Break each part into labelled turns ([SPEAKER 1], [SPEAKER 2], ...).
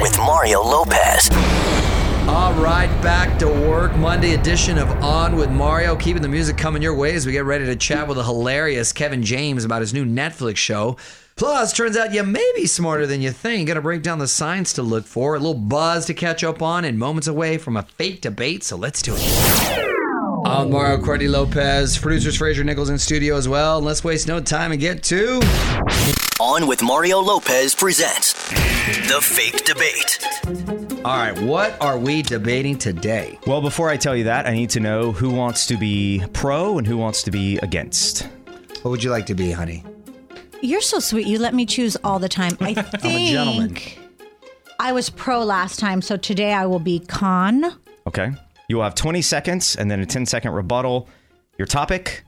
[SPEAKER 1] with Mario Lopez.
[SPEAKER 2] All right, back to work. Monday edition of On with Mario, keeping the music coming your way as we get ready to chat with the hilarious Kevin James about his new Netflix show. Plus, turns out you may be smarter than you think. Gonna break down the signs to look for, a little buzz to catch up on, and moments away from a fake debate. So let's do it. I'm Mario Courtney Lopez, producers Fraser Nichols in studio as well. Let's waste no time and get to
[SPEAKER 1] On with Mario Lopez presents The Fake Debate.
[SPEAKER 2] All right, what are we debating today?
[SPEAKER 3] Well, before I tell you that, I need to know who wants to be pro and who wants to be against.
[SPEAKER 2] What would you like to be, honey?
[SPEAKER 4] You're so sweet. You let me choose all the time. I think
[SPEAKER 2] I'm a gentleman.
[SPEAKER 4] I was pro last time, so today I will be con.
[SPEAKER 3] Okay. You will have 20 seconds and then a 10 second rebuttal. Your topic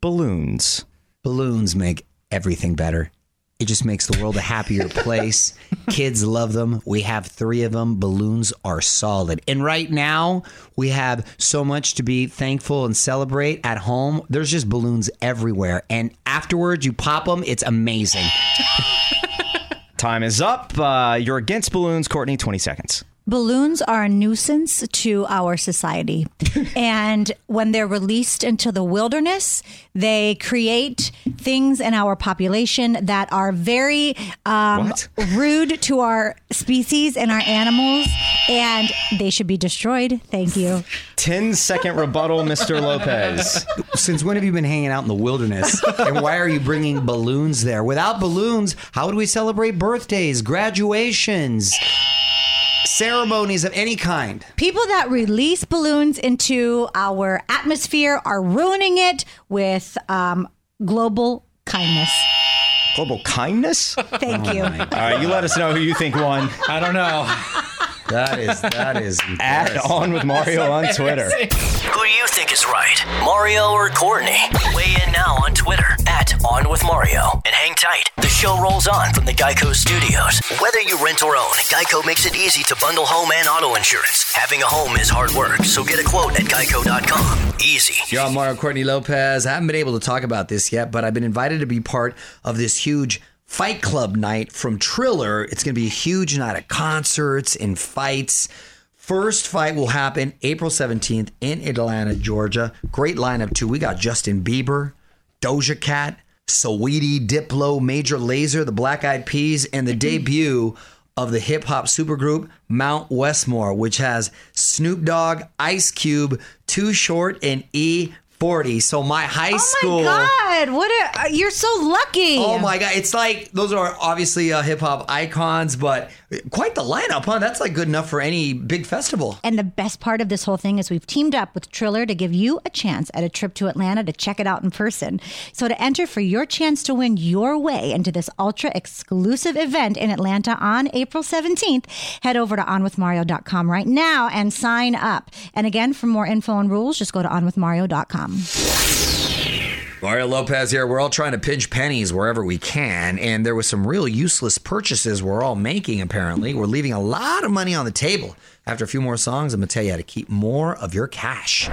[SPEAKER 3] balloons.
[SPEAKER 2] Balloons make everything better. It just makes the world a happier place. Kids love them. We have three of them. Balloons are solid. And right now, we have so much to be thankful and celebrate at home. There's just balloons everywhere. And afterwards, you pop them, it's amazing.
[SPEAKER 3] Time is up. Uh, you're against balloons, Courtney, 20 seconds.
[SPEAKER 4] Balloons are a nuisance to our society. and when they're released into the wilderness, they create things in our population that are very um,
[SPEAKER 3] What?
[SPEAKER 4] rude to our species and our animals, and they should be destroyed. Thank you.
[SPEAKER 3] 10 second rebuttal, Mr. Lopez.
[SPEAKER 2] Since when have you been hanging out in the wilderness? And why are you bringing balloons there? Without balloons, how would we celebrate birthdays, graduations, ceremonies of any kind?
[SPEAKER 4] People that release balloons into our atmosphere are ruining it with um, global kindness.
[SPEAKER 3] Global kindness? All
[SPEAKER 4] Thank you. Oh
[SPEAKER 3] right, you let us know who you think won.
[SPEAKER 5] I don't know.
[SPEAKER 2] That is that is
[SPEAKER 3] Add on with Mario on Twitter.
[SPEAKER 1] Who do you think is right, Mario or Courtney? Weigh in now on Twitter at On with Mario and hang tight. The show rolls on from the Geico Studios. Whether you rent or own, Geico makes it easy to bundle home and auto insurance. Having a home is hard work, so get a quote at geico.com. Easy.
[SPEAKER 2] Y'all, Mario Courtney Lopez. I haven't been able to talk about this yet, but I've been invited to be part of this huge Fight Club night from Triller. It's going to be a huge night of concerts and fights. First fight will happen April 17th in Atlanta, Georgia. Great lineup, too. We got Justin Bieber, Doja Cat, Saweetie, Diplo, Major Laser, the Black Eyed Peas, and
[SPEAKER 4] Mm-hmm.
[SPEAKER 2] the debut of the hip hop supergroup Mount Westmore, which has Snoop Dogg, Ice Cube, Too Short, and E40. So my high school.
[SPEAKER 4] Oh my God! What a uh, you're so lucky.
[SPEAKER 2] Oh my god! It's like those are obviously uh, hip hop icons, but quite the lineup, huh? That's like good enough for any big festival.
[SPEAKER 4] And the best part of this whole thing is we've teamed up with Triller to give you a chance at a trip to Atlanta to check it out in person. So to enter for your chance to win your way into this ultra exclusive event in Atlanta on April 17th, head over to onwithmario.com right now and sign up. And again, for more info and rules, just go to onwithmario.com.
[SPEAKER 2] Mario Lopez here. We're all trying to pinch pennies wherever we can, and there was some real useless purchases we're all making. Apparently, we're leaving a lot of money on the table. After a few more songs, I'm gonna tell you how to keep more of your cash.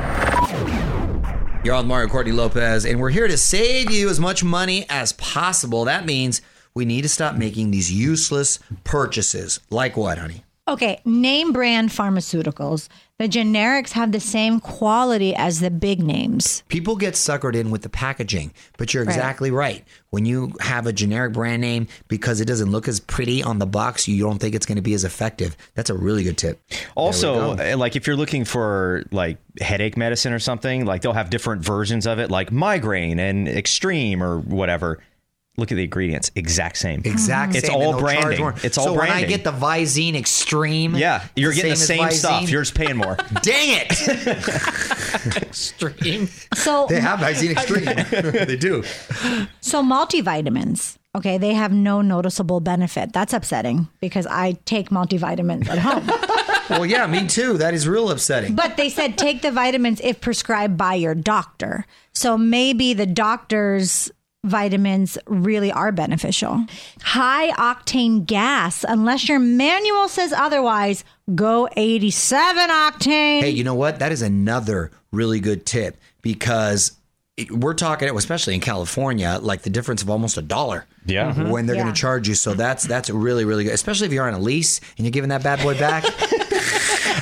[SPEAKER 2] You're on Mario Courtney Lopez, and we're here to save you as much money as possible. That means we need to stop making these useless purchases. Like what, honey?
[SPEAKER 4] Okay, name brand pharmaceuticals. The generics have the same quality as the big names.
[SPEAKER 2] People get suckered in with the packaging, but you're exactly right. When you have a generic brand name because it doesn't look as pretty on the box, you don't think it's going to be as effective. That's a really good tip.
[SPEAKER 3] Also, uh, like if you're looking for like headache medicine or something, like they'll have different versions of it, like migraine and extreme or whatever. Look at the ingredients, exact same.
[SPEAKER 2] Exact
[SPEAKER 3] It's
[SPEAKER 2] same, and
[SPEAKER 3] all
[SPEAKER 2] they'll charge
[SPEAKER 3] branding.
[SPEAKER 2] more.
[SPEAKER 3] It's
[SPEAKER 2] so
[SPEAKER 3] all branding.
[SPEAKER 2] when I get the Visine Extreme,
[SPEAKER 3] yeah, you're getting the
[SPEAKER 2] as
[SPEAKER 3] same
[SPEAKER 2] Visine,
[SPEAKER 3] stuff. You're just paying more.
[SPEAKER 2] dang it!
[SPEAKER 4] So
[SPEAKER 2] they have Visine Extreme. they do.
[SPEAKER 4] So multivitamins. Okay, they have no noticeable benefit. That's upsetting because I take multivitamins at home.
[SPEAKER 2] Well, yeah, me too. That is real upsetting.
[SPEAKER 4] but they said take the vitamins if prescribed by your doctor. So maybe the doctor's vitamins really are beneficial. High octane gas, unless your manual says otherwise, go 87 octane.
[SPEAKER 2] Hey, you know what? That is another really good tip because it- we're talking, especially in California, like the difference of almost a dollar.
[SPEAKER 3] Yeah.
[SPEAKER 5] Mm-hmm.
[SPEAKER 3] Mhm.
[SPEAKER 2] when they're
[SPEAKER 4] Yeah.
[SPEAKER 2] going to charge you. So that's that's really really good, especially if you're on a lease and you're giving that bad boy back.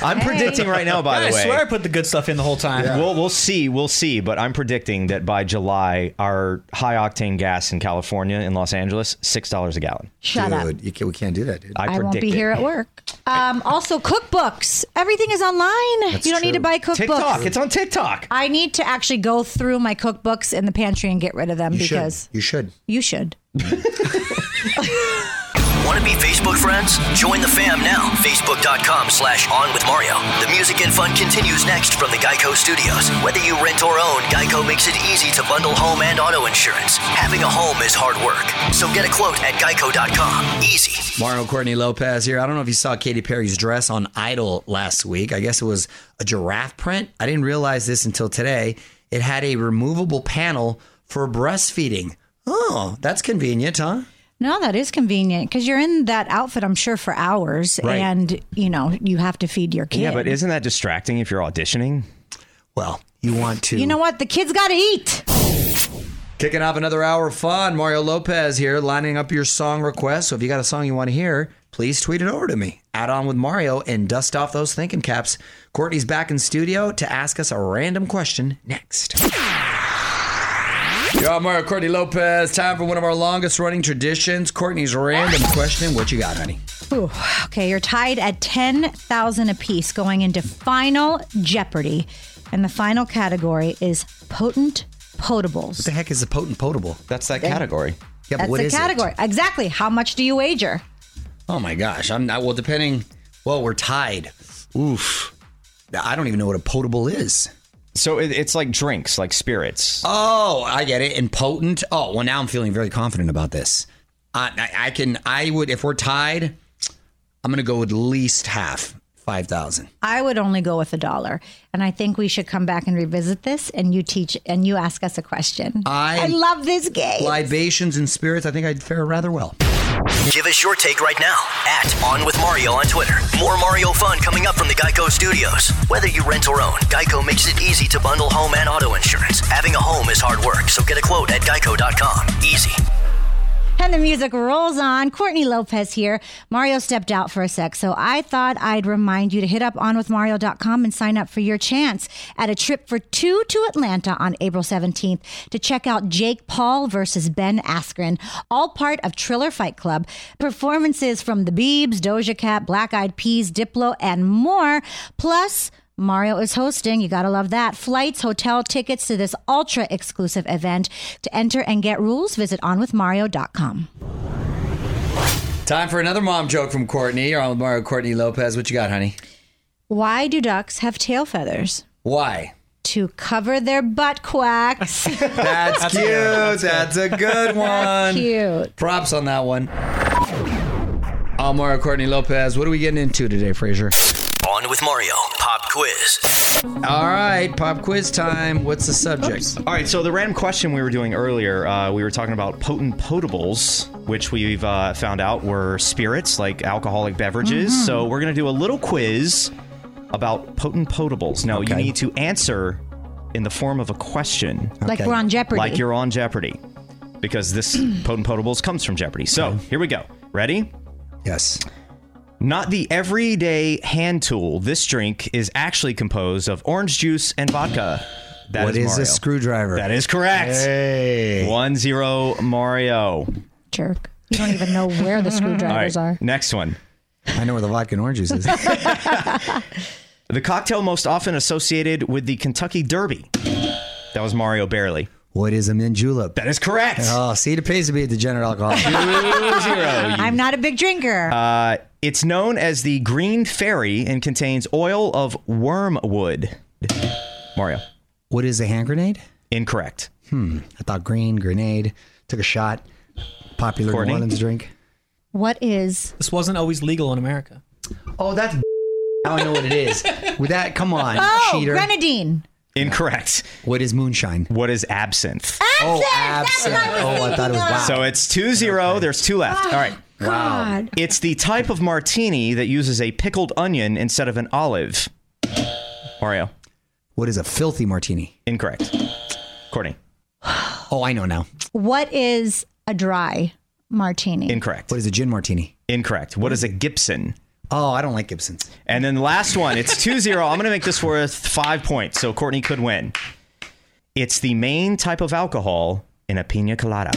[SPEAKER 3] I'm predicting right now, by
[SPEAKER 5] I
[SPEAKER 3] the way.
[SPEAKER 5] swear I put the good stuff in the whole time.
[SPEAKER 3] We'll, we'll see. We'll see. But I'm predicting that by July, our high octane gas in California, in Los Angeles, $6 a gallon.
[SPEAKER 4] Shut up.
[SPEAKER 2] Dude, you can, we can't do that, dude.
[SPEAKER 3] I,
[SPEAKER 4] I
[SPEAKER 3] predict
[SPEAKER 4] won't be
[SPEAKER 3] it.
[SPEAKER 4] here at work. Um, also, cookbooks. Everything is online. you don't need to
[SPEAKER 2] true.
[SPEAKER 4] buy cookbooks.
[SPEAKER 3] TikTok. It's on TikTok.
[SPEAKER 4] I need to actually go through my cookbooks in the pantry and get rid of them
[SPEAKER 2] you
[SPEAKER 4] because
[SPEAKER 2] should. You should.
[SPEAKER 4] you should.
[SPEAKER 1] Want to be Facebook friends? Join the fam now. Facebook.com slash on with Mario. The music and fun continues next from the Geico Studios. Whether you rent or own, Geico makes it easy to bundle home and auto insurance. Having a home is hard work. So get a quote at geico.com. Easy.
[SPEAKER 2] Mario Courtney Lopez here. I don't know if you saw Katy Perry's dress on Idol last week. I guess it was a giraffe print. I didn't realize this until today. It had a removable panel for breastfeeding. Oh, that's convenient, huh?
[SPEAKER 4] No, that is convenient because you're in that outfit, I'm sure, for hours,
[SPEAKER 2] Right.
[SPEAKER 4] and you know you have to feed your kid.
[SPEAKER 3] Yeah, but isn't that distracting if you're auditioning?
[SPEAKER 2] Well, you want to.
[SPEAKER 4] you know what? The kid's got to eat.
[SPEAKER 2] Kicking off another hour of fun. Mario Lopez here, lining up your song requests. So if you got a song you want to hear, please tweet it over to me. Add on with Mario and dust off those thinking caps. Courtney's back in studio to ask us a random question next. Yo, I'm Mario Courtney Lopez. Time for one of our longest running traditions, Courtney's random question. What you got, honey?
[SPEAKER 4] Ooh, okay, you're tied at ten thousand apiece going into final Jeopardy, and the final category is potent potables.
[SPEAKER 2] The heck is a potent potable?
[SPEAKER 3] That's that category.
[SPEAKER 2] Yeah, but
[SPEAKER 4] That's
[SPEAKER 2] what
[SPEAKER 4] the
[SPEAKER 2] is it?
[SPEAKER 4] category. Exactly. How much do you wager?
[SPEAKER 2] Oh my gosh. I'm not well depending well, we're tied. Oof. I don't even know what a potable is.
[SPEAKER 3] So it, it's like drinks, like spirits.
[SPEAKER 2] Oh, I get it. And potent. Oh, well, now I'm feeling very confident about this. I, I, I can. I would. If we're tied, I'm gonna go at least half, five thousand.
[SPEAKER 4] I would only go with a dollar, and I think we should come back and revisit this, and you teach and you ask us a question.
[SPEAKER 2] I-
[SPEAKER 4] love this game.
[SPEAKER 2] Libations and spirits. I think I'd fare rather well.
[SPEAKER 1] Give us your take right now at On With Mario on Twitter. More Mario fun coming up from the Geico Studios. Whether you rent or own, Geico makes it easy to bundle home and auto insurance. Having a home is hard work, so get a quote at geico.com. Easy.
[SPEAKER 4] And the music rolls on. Courtney Lopez here. Mario stepped out for a sec, so I thought I'd remind you to hit up onwithmario.com and sign up for your chance at a trip for two to Atlanta on April 17th to check out Jake Paul versus Ben Askren, all part of Triller Fight Club. Performances from The Beebs, Doja Cat, Black Eyed Peas, Diplo, and more. Plus, Mario is hosting. You got to love that. Flights, hotel, tickets to this ultra exclusive event. To enter and get rules, visit onwithmario.com.
[SPEAKER 2] Time for another mom joke from Courtney. You're on with Mario Courtney Lopez. What you got, honey?
[SPEAKER 4] Why do ducks have tail feathers?
[SPEAKER 2] Why?
[SPEAKER 4] To cover their butt quacks.
[SPEAKER 2] That's, cute. That's, a good one.
[SPEAKER 4] Cute.
[SPEAKER 2] Props on that one. I'm Mario Courtney Lopez. What are we getting into today, Frazier?
[SPEAKER 1] On with Mario. Pop quiz.
[SPEAKER 2] All right, pop quiz time. What's the subject?
[SPEAKER 3] All right, so the random question we were doing earlier, uh, we were talking about potent potables, which we've uh, found out were spirits, like alcoholic beverages. So we're going to do a little quiz about potent potables. Now, you need to answer in the form of a question,
[SPEAKER 4] Like
[SPEAKER 2] Okay.
[SPEAKER 4] we're on Jeopardy.
[SPEAKER 3] like you're on Jeopardy, because this potent potables comes from Jeopardy. So here we go. Ready?
[SPEAKER 2] Yes.
[SPEAKER 3] Not the everyday hand tool. This drink is actually composed of orange juice and vodka. That
[SPEAKER 2] What is
[SPEAKER 3] Mario.
[SPEAKER 2] a screwdriver?
[SPEAKER 3] That is correct.
[SPEAKER 2] Hey.
[SPEAKER 3] One zero Mario.
[SPEAKER 4] Jerk. You don't even know where the
[SPEAKER 3] All right,
[SPEAKER 4] screwdrivers are.
[SPEAKER 3] next one.
[SPEAKER 2] I know where the vodka and orange juice is.
[SPEAKER 3] The cocktail most often associated with the Kentucky Derby. That was Mario barely.
[SPEAKER 2] what is a mint julep?
[SPEAKER 3] That is correct.
[SPEAKER 2] Oh, see, it pays to be a degenerate alcoholic.
[SPEAKER 3] Two zero.
[SPEAKER 4] I'm not a big drinker.
[SPEAKER 3] Uh, It's known as the Green Fairy and contains oil of wormwood. Mario,
[SPEAKER 2] what is a hand grenade?
[SPEAKER 3] incorrect.
[SPEAKER 2] I thought green grenade. Took a shot. Popular
[SPEAKER 3] Courtney?
[SPEAKER 2] New Orleans drink.
[SPEAKER 4] what is
[SPEAKER 5] This wasn't always legal in America.
[SPEAKER 2] Oh, that's. now I know what it is. With that, come on,
[SPEAKER 4] Oh,
[SPEAKER 2] cheater.
[SPEAKER 4] grenadine.
[SPEAKER 3] Incorrect.
[SPEAKER 2] What is moonshine?
[SPEAKER 3] What is absinthe?
[SPEAKER 2] Oh,
[SPEAKER 4] That's what
[SPEAKER 2] absinthe.
[SPEAKER 4] I was
[SPEAKER 2] Oh, I thought it was
[SPEAKER 4] thinking
[SPEAKER 2] wow.
[SPEAKER 4] of.
[SPEAKER 3] So it's two zero. There's two left. All right.
[SPEAKER 4] God.
[SPEAKER 3] It's the type of martini that uses a pickled onion instead of an olive. Mario,
[SPEAKER 2] what is a filthy martini?
[SPEAKER 3] incorrect. Courtney.
[SPEAKER 2] Oh, I know now.
[SPEAKER 4] What is a dry martini?
[SPEAKER 3] Incorrect.
[SPEAKER 2] What is a gin martini?
[SPEAKER 3] Incorrect. What is a Gibson?
[SPEAKER 2] Oh, I don't like Gibson's.
[SPEAKER 3] And then the last one, it's 2 0. I'm going to make this worth five points, so Courtney could win. It's the main type of alcohol in a pina colada.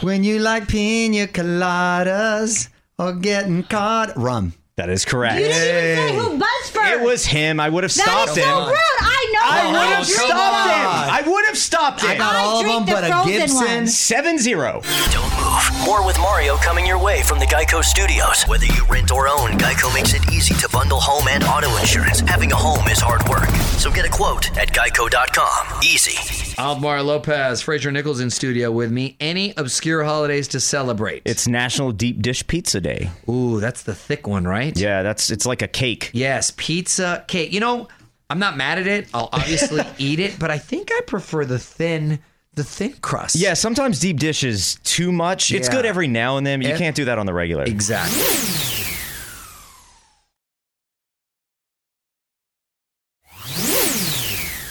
[SPEAKER 2] When you like pina coladas or getting caught. Rum.
[SPEAKER 3] That is correct.
[SPEAKER 4] you didn't even say who buzzed first.
[SPEAKER 3] It was him. I would have
[SPEAKER 4] that
[SPEAKER 3] stopped
[SPEAKER 4] is
[SPEAKER 3] him.
[SPEAKER 4] so rude. I know.
[SPEAKER 3] I
[SPEAKER 4] that.
[SPEAKER 3] would have
[SPEAKER 2] Oh,
[SPEAKER 4] drink
[SPEAKER 2] come
[SPEAKER 3] stopped
[SPEAKER 4] that.
[SPEAKER 2] on.
[SPEAKER 3] him. I would have stopped him.
[SPEAKER 2] I got
[SPEAKER 4] I
[SPEAKER 2] all of
[SPEAKER 4] drink
[SPEAKER 2] them,
[SPEAKER 4] the
[SPEAKER 2] but a
[SPEAKER 4] frozen
[SPEAKER 2] Gibson.
[SPEAKER 4] ones.
[SPEAKER 3] 7 0.
[SPEAKER 1] Don't move. More with Mario coming your way from the Geico Studios. Whether you rent or own, Geico makes it easy to bundle home and auto insurance. Having a home is hard work. So get a quote at geico.com. Easy.
[SPEAKER 2] Alvaro Lopez, Fraser Nichols in studio with me. Any obscure holidays to celebrate?
[SPEAKER 3] It's National Deep Dish Pizza Day.
[SPEAKER 2] Ooh, that's the thick one, right?
[SPEAKER 3] Yeah, that's it's like a cake.
[SPEAKER 2] Yes, pizza cake. You know, I'm not mad at it. I'll obviously eat it, but I think I prefer the thin, the thin crust.
[SPEAKER 3] Yeah, sometimes deep dish is too much. It's
[SPEAKER 2] Yeah.
[SPEAKER 3] good every now and then, but you
[SPEAKER 2] Yeah.
[SPEAKER 3] can't do that on the regular.
[SPEAKER 2] exactly.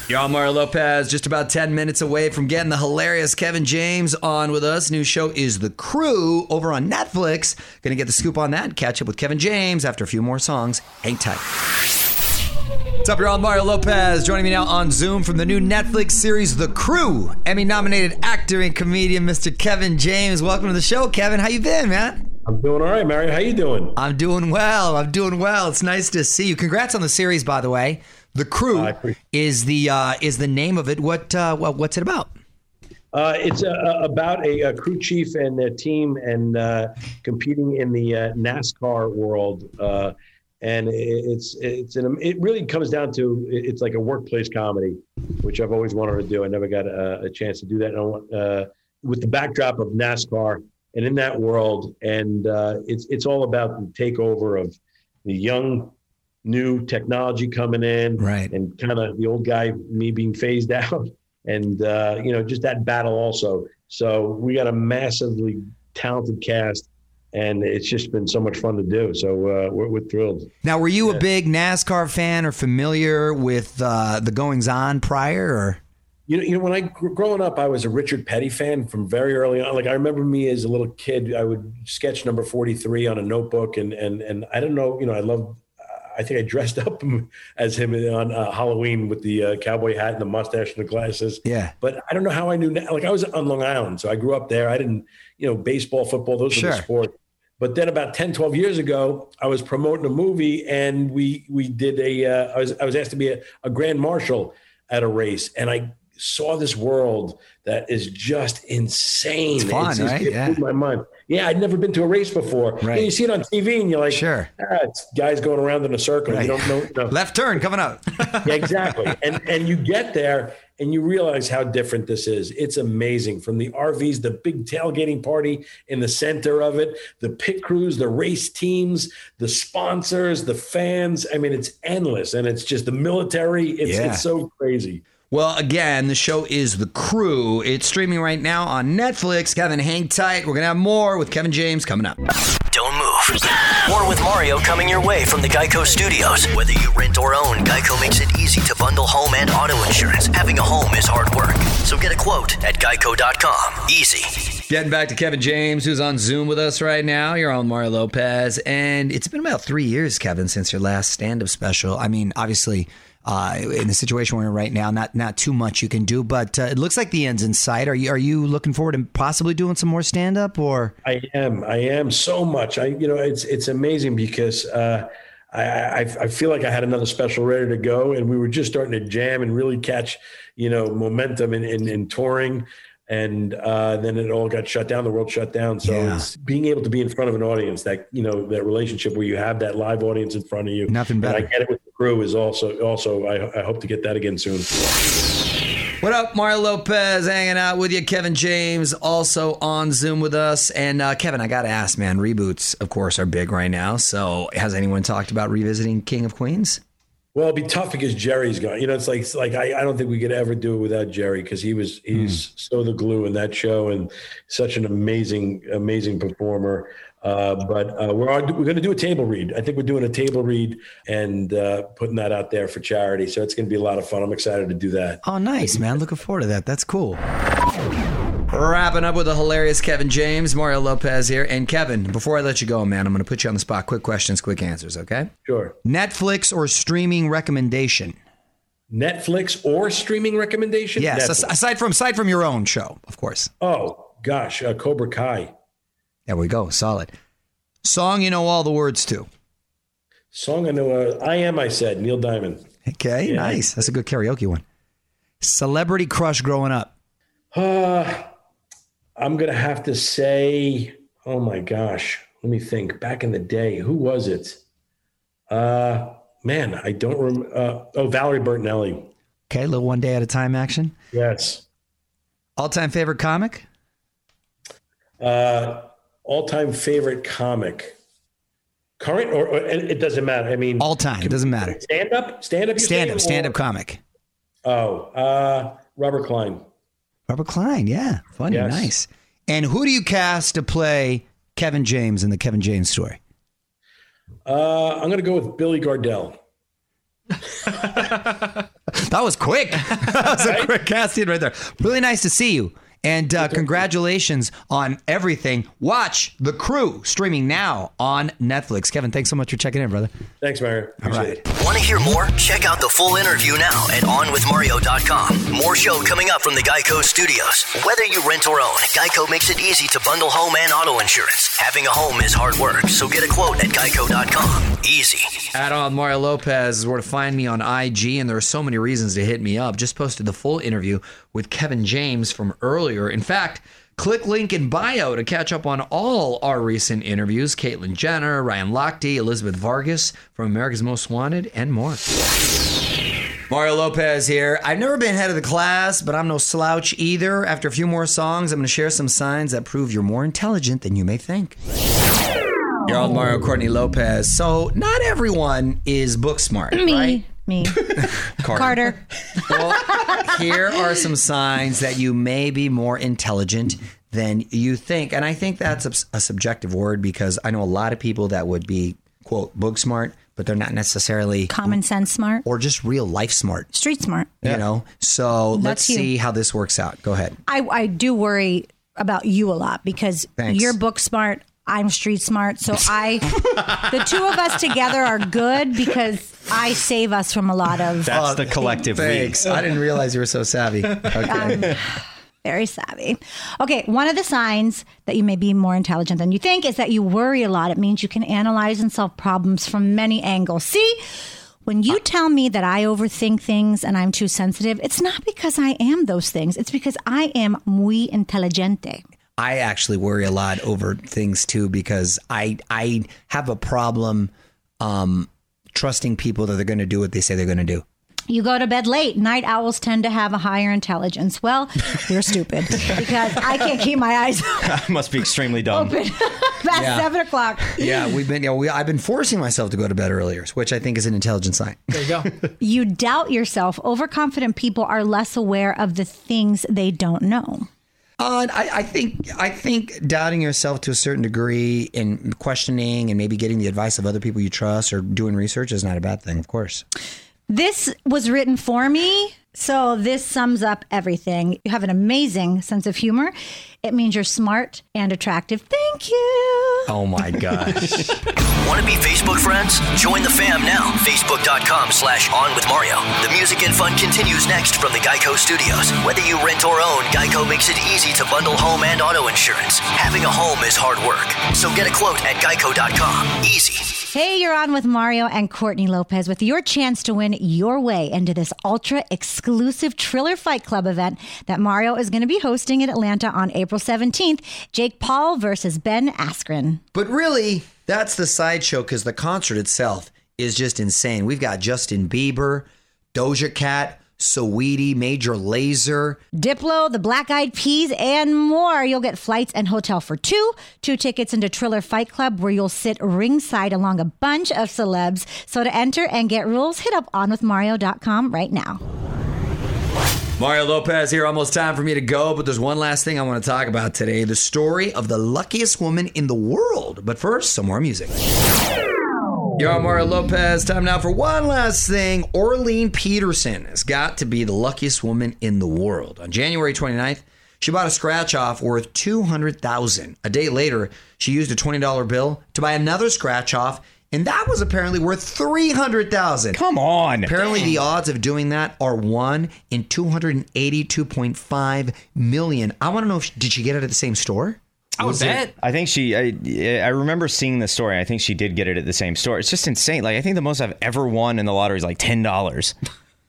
[SPEAKER 2] Y'all, Mario Lopez, just about 10 minutes away from getting the hilarious Kevin James on with us. New show is The Crew over on Netflix. Gonna get the scoop on that. Catch up with Kevin James after a few more songs. Hang tight. What's up, y'all? Mario Lopez joining me now on Zoom from the new Netflix series The Crew. Emmy-nominated actor and comedian Mr. Kevin James. Welcome to the show, Kevin. How you been, man?
[SPEAKER 6] I'm doing all right, Mario. How you doing?
[SPEAKER 2] I'm doing well. I'm doing well. It's nice to see you. Congrats on the series, by the way. The Crew
[SPEAKER 6] I appreciate-
[SPEAKER 2] is the uh, is the name of it. What uh, well, what's it about?
[SPEAKER 6] Uh, it's uh, about a, a crew chief and their team and uh, competing in the uh, NASCAR world, uh, and i- it's it's an it really comes down to i- it's like a workplace comedy, which I've always wanted to do. I never got a, a chance to do that. And I want, uh, with the backdrop of NASCAR and in that world, and uh, it's it's all about the takeover of the young, new technology coming in,
[SPEAKER 2] Right.
[SPEAKER 6] and kind of the old guy me being phased out and uh, you know just that battle also so we got a massively talented cast and it's just been so much fun to do so uh, we're, we're thrilled
[SPEAKER 2] Now, were you a big NASCAR fan or familiar with uh, the goings on prior? Or?
[SPEAKER 6] you know, you know when i gr- growing up i was a richard petty fan from very early on like i remember me as a little kid i would sketch number 43 on a notebook and and and i don't know you know i love I think I dressed up as him on uh, Halloween with the uh, cowboy hat and the mustache and the glasses.
[SPEAKER 2] Yeah.
[SPEAKER 6] but I don't know how I knew. Like I was on Long Island, so I grew up there. I didn't, you know, baseball, football, those were
[SPEAKER 2] Sure.
[SPEAKER 6] the sports. But then about 10, 12 years ago, I was promoting a movie and we we did a. Uh, I was I was asked to be a, a grand marshal at a race, and I saw this world that is just insane.
[SPEAKER 2] It's fun,
[SPEAKER 6] just-
[SPEAKER 2] right?
[SPEAKER 6] It
[SPEAKER 2] Yeah.
[SPEAKER 6] blew my mind. Yeah, I'd never been to a race before.
[SPEAKER 2] Right.
[SPEAKER 6] And you see it on TV, and you're like,
[SPEAKER 2] Sure.
[SPEAKER 6] ah, it's guys going around in a circle.
[SPEAKER 2] Right.
[SPEAKER 6] You don't know. no.
[SPEAKER 2] Left turn coming up.
[SPEAKER 6] Yeah, exactly. and and you get there and you realize how different this is. It's amazing from the RVs, the big tailgating party in the center of it, the pit crews, the race teams, the sponsors, the fans. I mean, it's endless, and it's just the military. It's
[SPEAKER 2] Yeah.
[SPEAKER 6] it's so crazy.
[SPEAKER 2] Well, again, the show is The Crew. It's streaming right now on Netflix. Kevin, hang tight. We're going to have more with Kevin James coming up.
[SPEAKER 1] Don't move. More with Mario coming your way from the Geico Studios. Whether you rent or own, Geico makes it easy to bundle home and auto insurance. Having a home is hard work. So get a quote at geico.com. Easy.
[SPEAKER 2] Getting back to Kevin James, who's on Zoom with us right now. You're on Mario Lopez. And it's been about three years, Kevin, since your last stand up special. I mean, obviously, uh, in the situation we're in right now, not not too much you can do, but uh, it looks like the end's in sight. Are you, are you looking forward to possibly doing some more stand up or?
[SPEAKER 6] I am. I am so much. I, you know, it's it's amazing because uh, I, I I feel like I had another special ready to go, and we were just starting to jam and really catch, you know, momentum in in, in touring, and uh, then it all got shut down. The world shut down. So
[SPEAKER 2] Yeah.
[SPEAKER 6] it's being able to be in front of an audience, that you know, that relationship where you have that live audience in front of you.
[SPEAKER 2] Nothing
[SPEAKER 6] And I
[SPEAKER 2] better.
[SPEAKER 6] get it with the crew is also also. I, I hope to get that again soon.
[SPEAKER 2] What up, Mario Lopez? Hanging out with you, Kevin James, also on Zoom with us. And uh, Kevin, I gotta ask, man, reboots, of course, are big right now. So, has anyone talked about revisiting King of Queens?
[SPEAKER 6] Well, it'd be tough because Jerry's gone. You know, it's like it's like I, I don't think we could ever do it without Jerry because he was he's so the glue in that show and such an amazing amazing performer. Uh, but uh, we're all- we're going to do a table read. I think we're doing a table read and uh, putting that out there for charity. So it's going to be a lot of fun. I'm excited to do that.
[SPEAKER 2] Oh, nice, man. Looking forward to that. That's cool. Wrapping up with the hilarious Kevin James, Mario Lopez here. And Kevin, before I let you go, man, I'm going to put you on the spot. Quick questions, quick answers, okay?
[SPEAKER 6] Sure.
[SPEAKER 2] Netflix or streaming recommendation?
[SPEAKER 6] Netflix or streaming recommendation?
[SPEAKER 2] Yes,
[SPEAKER 6] Netflix.
[SPEAKER 2] as- aside from aside from your own show, of course.
[SPEAKER 6] Oh gosh, uh, Cobra Kai
[SPEAKER 2] There we go. Solid. Song you know all the words to.
[SPEAKER 6] song. I know. Uh, I am. I said Neil Diamond.
[SPEAKER 2] Okay, nice. That's a good karaoke one. Celebrity crush growing up.
[SPEAKER 6] Uh, I'm gonna have to say. Oh my gosh, let me think. Back in the day, who was it? Uh, man, I don't remember. Uh, oh, Valerie Bertinelli.
[SPEAKER 2] Okay, little one day at a time action.
[SPEAKER 6] Yes.
[SPEAKER 2] All time favorite comic?
[SPEAKER 6] Uh, all-time favorite comic, current or, or it it doesn't matter. I mean,
[SPEAKER 2] All time. Doesn't matter.
[SPEAKER 6] stand up, stand up,
[SPEAKER 2] Stand up, stand up comic.
[SPEAKER 6] Oh, uh, Robert Klein.
[SPEAKER 2] Robert Klein, yeah. Funny,
[SPEAKER 6] Yes.
[SPEAKER 2] nice. And who do you cast to play Kevin James in the Kevin James story?
[SPEAKER 6] Uh, I'm gonna go with Billy Gardell.
[SPEAKER 2] That was quick. that was a quick casting right there. Really nice to see you. And uh, congratulations on everything. Watch The Crew streaming now on Netflix. Kevin, thanks so much for checking in, brother.
[SPEAKER 6] Thanks, Mario. Appreciate
[SPEAKER 2] right.
[SPEAKER 6] it.
[SPEAKER 1] Want to hear more? Check out the full interview now at OnWithMario.com. More show coming up from the Geico Studios. Whether you rent or own, Geico makes it easy to bundle home and auto insurance. Having a home is hard work, so get a quote at Geico.com. Easy.
[SPEAKER 2] At on Mario Lopez is where to find me on IG, and there are so many reasons to hit me up. Just posted the full interview with Kevin James from earlier. In fact, click link in bio to catch up on all our recent interviews: Caitlyn Jenner, Ryan Lochte, Elizabeth Vargas from America's Most Wanted, and more. Mario Lopez here. I've never been head of the class, but I'm no slouch either. After a few more songs, I'm going to share some signs that prove you're more intelligent than you may think. You're all Mario Courtney Lopez. So not everyone is book smart,
[SPEAKER 4] Me,
[SPEAKER 2] right?
[SPEAKER 4] me, Carter.
[SPEAKER 2] Well, here are some signs that you may be more intelligent than you think. And I think that's a, a subjective word because I know a lot of people that would be, quote, book smart, but they're not necessarily,
[SPEAKER 4] common sense smart,
[SPEAKER 2] or just real life smart,
[SPEAKER 4] street smart.
[SPEAKER 2] you know? So let's
[SPEAKER 4] you.
[SPEAKER 2] see how this works out. Go ahead.
[SPEAKER 4] I, I do worry about you a lot because
[SPEAKER 2] Thanks.
[SPEAKER 4] you're book smart. I'm street smart. So I, the two of us together are good because I save us from a lot of
[SPEAKER 3] That's the collective we.
[SPEAKER 2] Thanks. I didn't realize you were so savvy. Okay.
[SPEAKER 4] very savvy. Okay, one of the signs that you may be more intelligent than you think is that you worry a lot. It means you can analyze and solve problems from many angles. See, when you tell me that I overthink things and I'm too sensitive, it's not because I am those things. It's because I am muy inteligente.
[SPEAKER 2] I actually worry a lot over things too because I I have a problem um, trusting people that they're going to do what they say they're going to do.
[SPEAKER 4] You go to bed late. Night owls tend to have a higher intelligence. Well, you're stupid because I can't keep my eyes
[SPEAKER 3] I must be extremely dumb.
[SPEAKER 4] open past
[SPEAKER 2] Yeah.
[SPEAKER 4] seven o'clock.
[SPEAKER 2] Yeah, we've been. You know, we, I've been forcing myself to go to bed earlier, which I think is an intelligent sign.
[SPEAKER 5] There you go.
[SPEAKER 4] You doubt yourself. Overconfident people are less aware of the things they don't know.
[SPEAKER 2] Uh, and I, I think I think doubting yourself to a certain degree and questioning and maybe getting the advice of other people you trust or doing research is not a bad thing, of course.
[SPEAKER 4] This was written for me. So this sums up everything. You have an amazing sense of humor. It means you're smart and attractive. Thank you.
[SPEAKER 2] Oh my gosh!
[SPEAKER 1] Want to be Facebook friends? Join the fam now. Facebook.com slash on with Mario. The music and fun continues next from the Geico Studios. Whether you rent or own, Geico makes it easy to bundle home and auto insurance. Having a home is hard work. So get a quote at Geico.com. Easy.
[SPEAKER 4] Hey, you're on with Mario and Courtney Lopez with your chance to win your way into this ultra exclusive Triller Fight Club event that Mario is going to be hosting in Atlanta on April 17th. Jake Paul versus Ben Askren.
[SPEAKER 2] but really, that's the sideshow because the concert itself is just insane. We've got Justin Bieber, Doja Cat, Saweetie, Major Laser.
[SPEAKER 4] Diplo, the Black Eyed Peas, and more. You'll get flights and hotel for two, two tickets into Triller Fight Club, where you'll sit ringside along a bunch of celebs. So to enter and get rules, hit up onwithmario.com right now.
[SPEAKER 2] Mario Lopez here. Almost time for me to go, but there's one last thing I want to talk about today the story of the luckiest woman in the world. But first, some more music. Yo, I'm Mario Lopez. Time now for one last thing. Orlean Peterson has got to be the luckiest woman in the world. On January 29th, she bought a scratch off worth 200000 A day later, she used a $20 bill to buy another scratch off, and that was apparently worth 300000
[SPEAKER 3] Come on.
[SPEAKER 2] Apparently, the odds of doing that are one in 282.5 million. I want to know if did she get it at the same store?
[SPEAKER 5] I would bet.
[SPEAKER 3] I think she. I, I remember seeing the story. I think she did get it at the same store. It's just insane. Like I think the most I've ever won in the lottery is like ten dollars.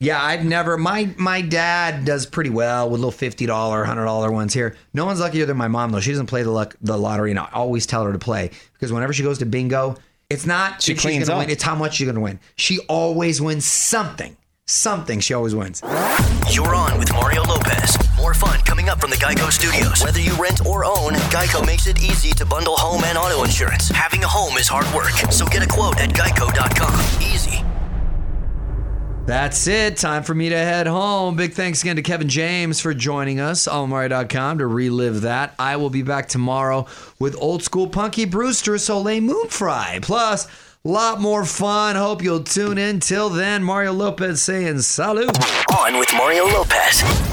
[SPEAKER 2] Yeah, I've never. My my dad does pretty well with little fifty dollar, hundred dollar ones here. No one's luckier than my mom though. She doesn't play the luck the lottery, and I always tell her to play because whenever she goes to bingo, it's not
[SPEAKER 3] She
[SPEAKER 2] if
[SPEAKER 3] cleans
[SPEAKER 2] she's gonna
[SPEAKER 3] up.
[SPEAKER 2] win. It's how much she's gonna win. She always wins something. Something she always wins.
[SPEAKER 1] You're on with Mario Lopez. More fun coming up from the Geico Studios. Whether you rent or own, Geico makes it easy to bundle home and auto insurance. Having a home is hard work, so get a quote at geico.com. Easy.
[SPEAKER 2] That's it. Time for me to head home. Big thanks again to Kevin James for joining us. Almari.com to relive that. I will be back tomorrow with old school Punky Brewster Soleil Moonfry. Plus, lot more fun. Hope you'll tune in. Till then, Mario Lopez saying salut.
[SPEAKER 1] On with Mario Lopez.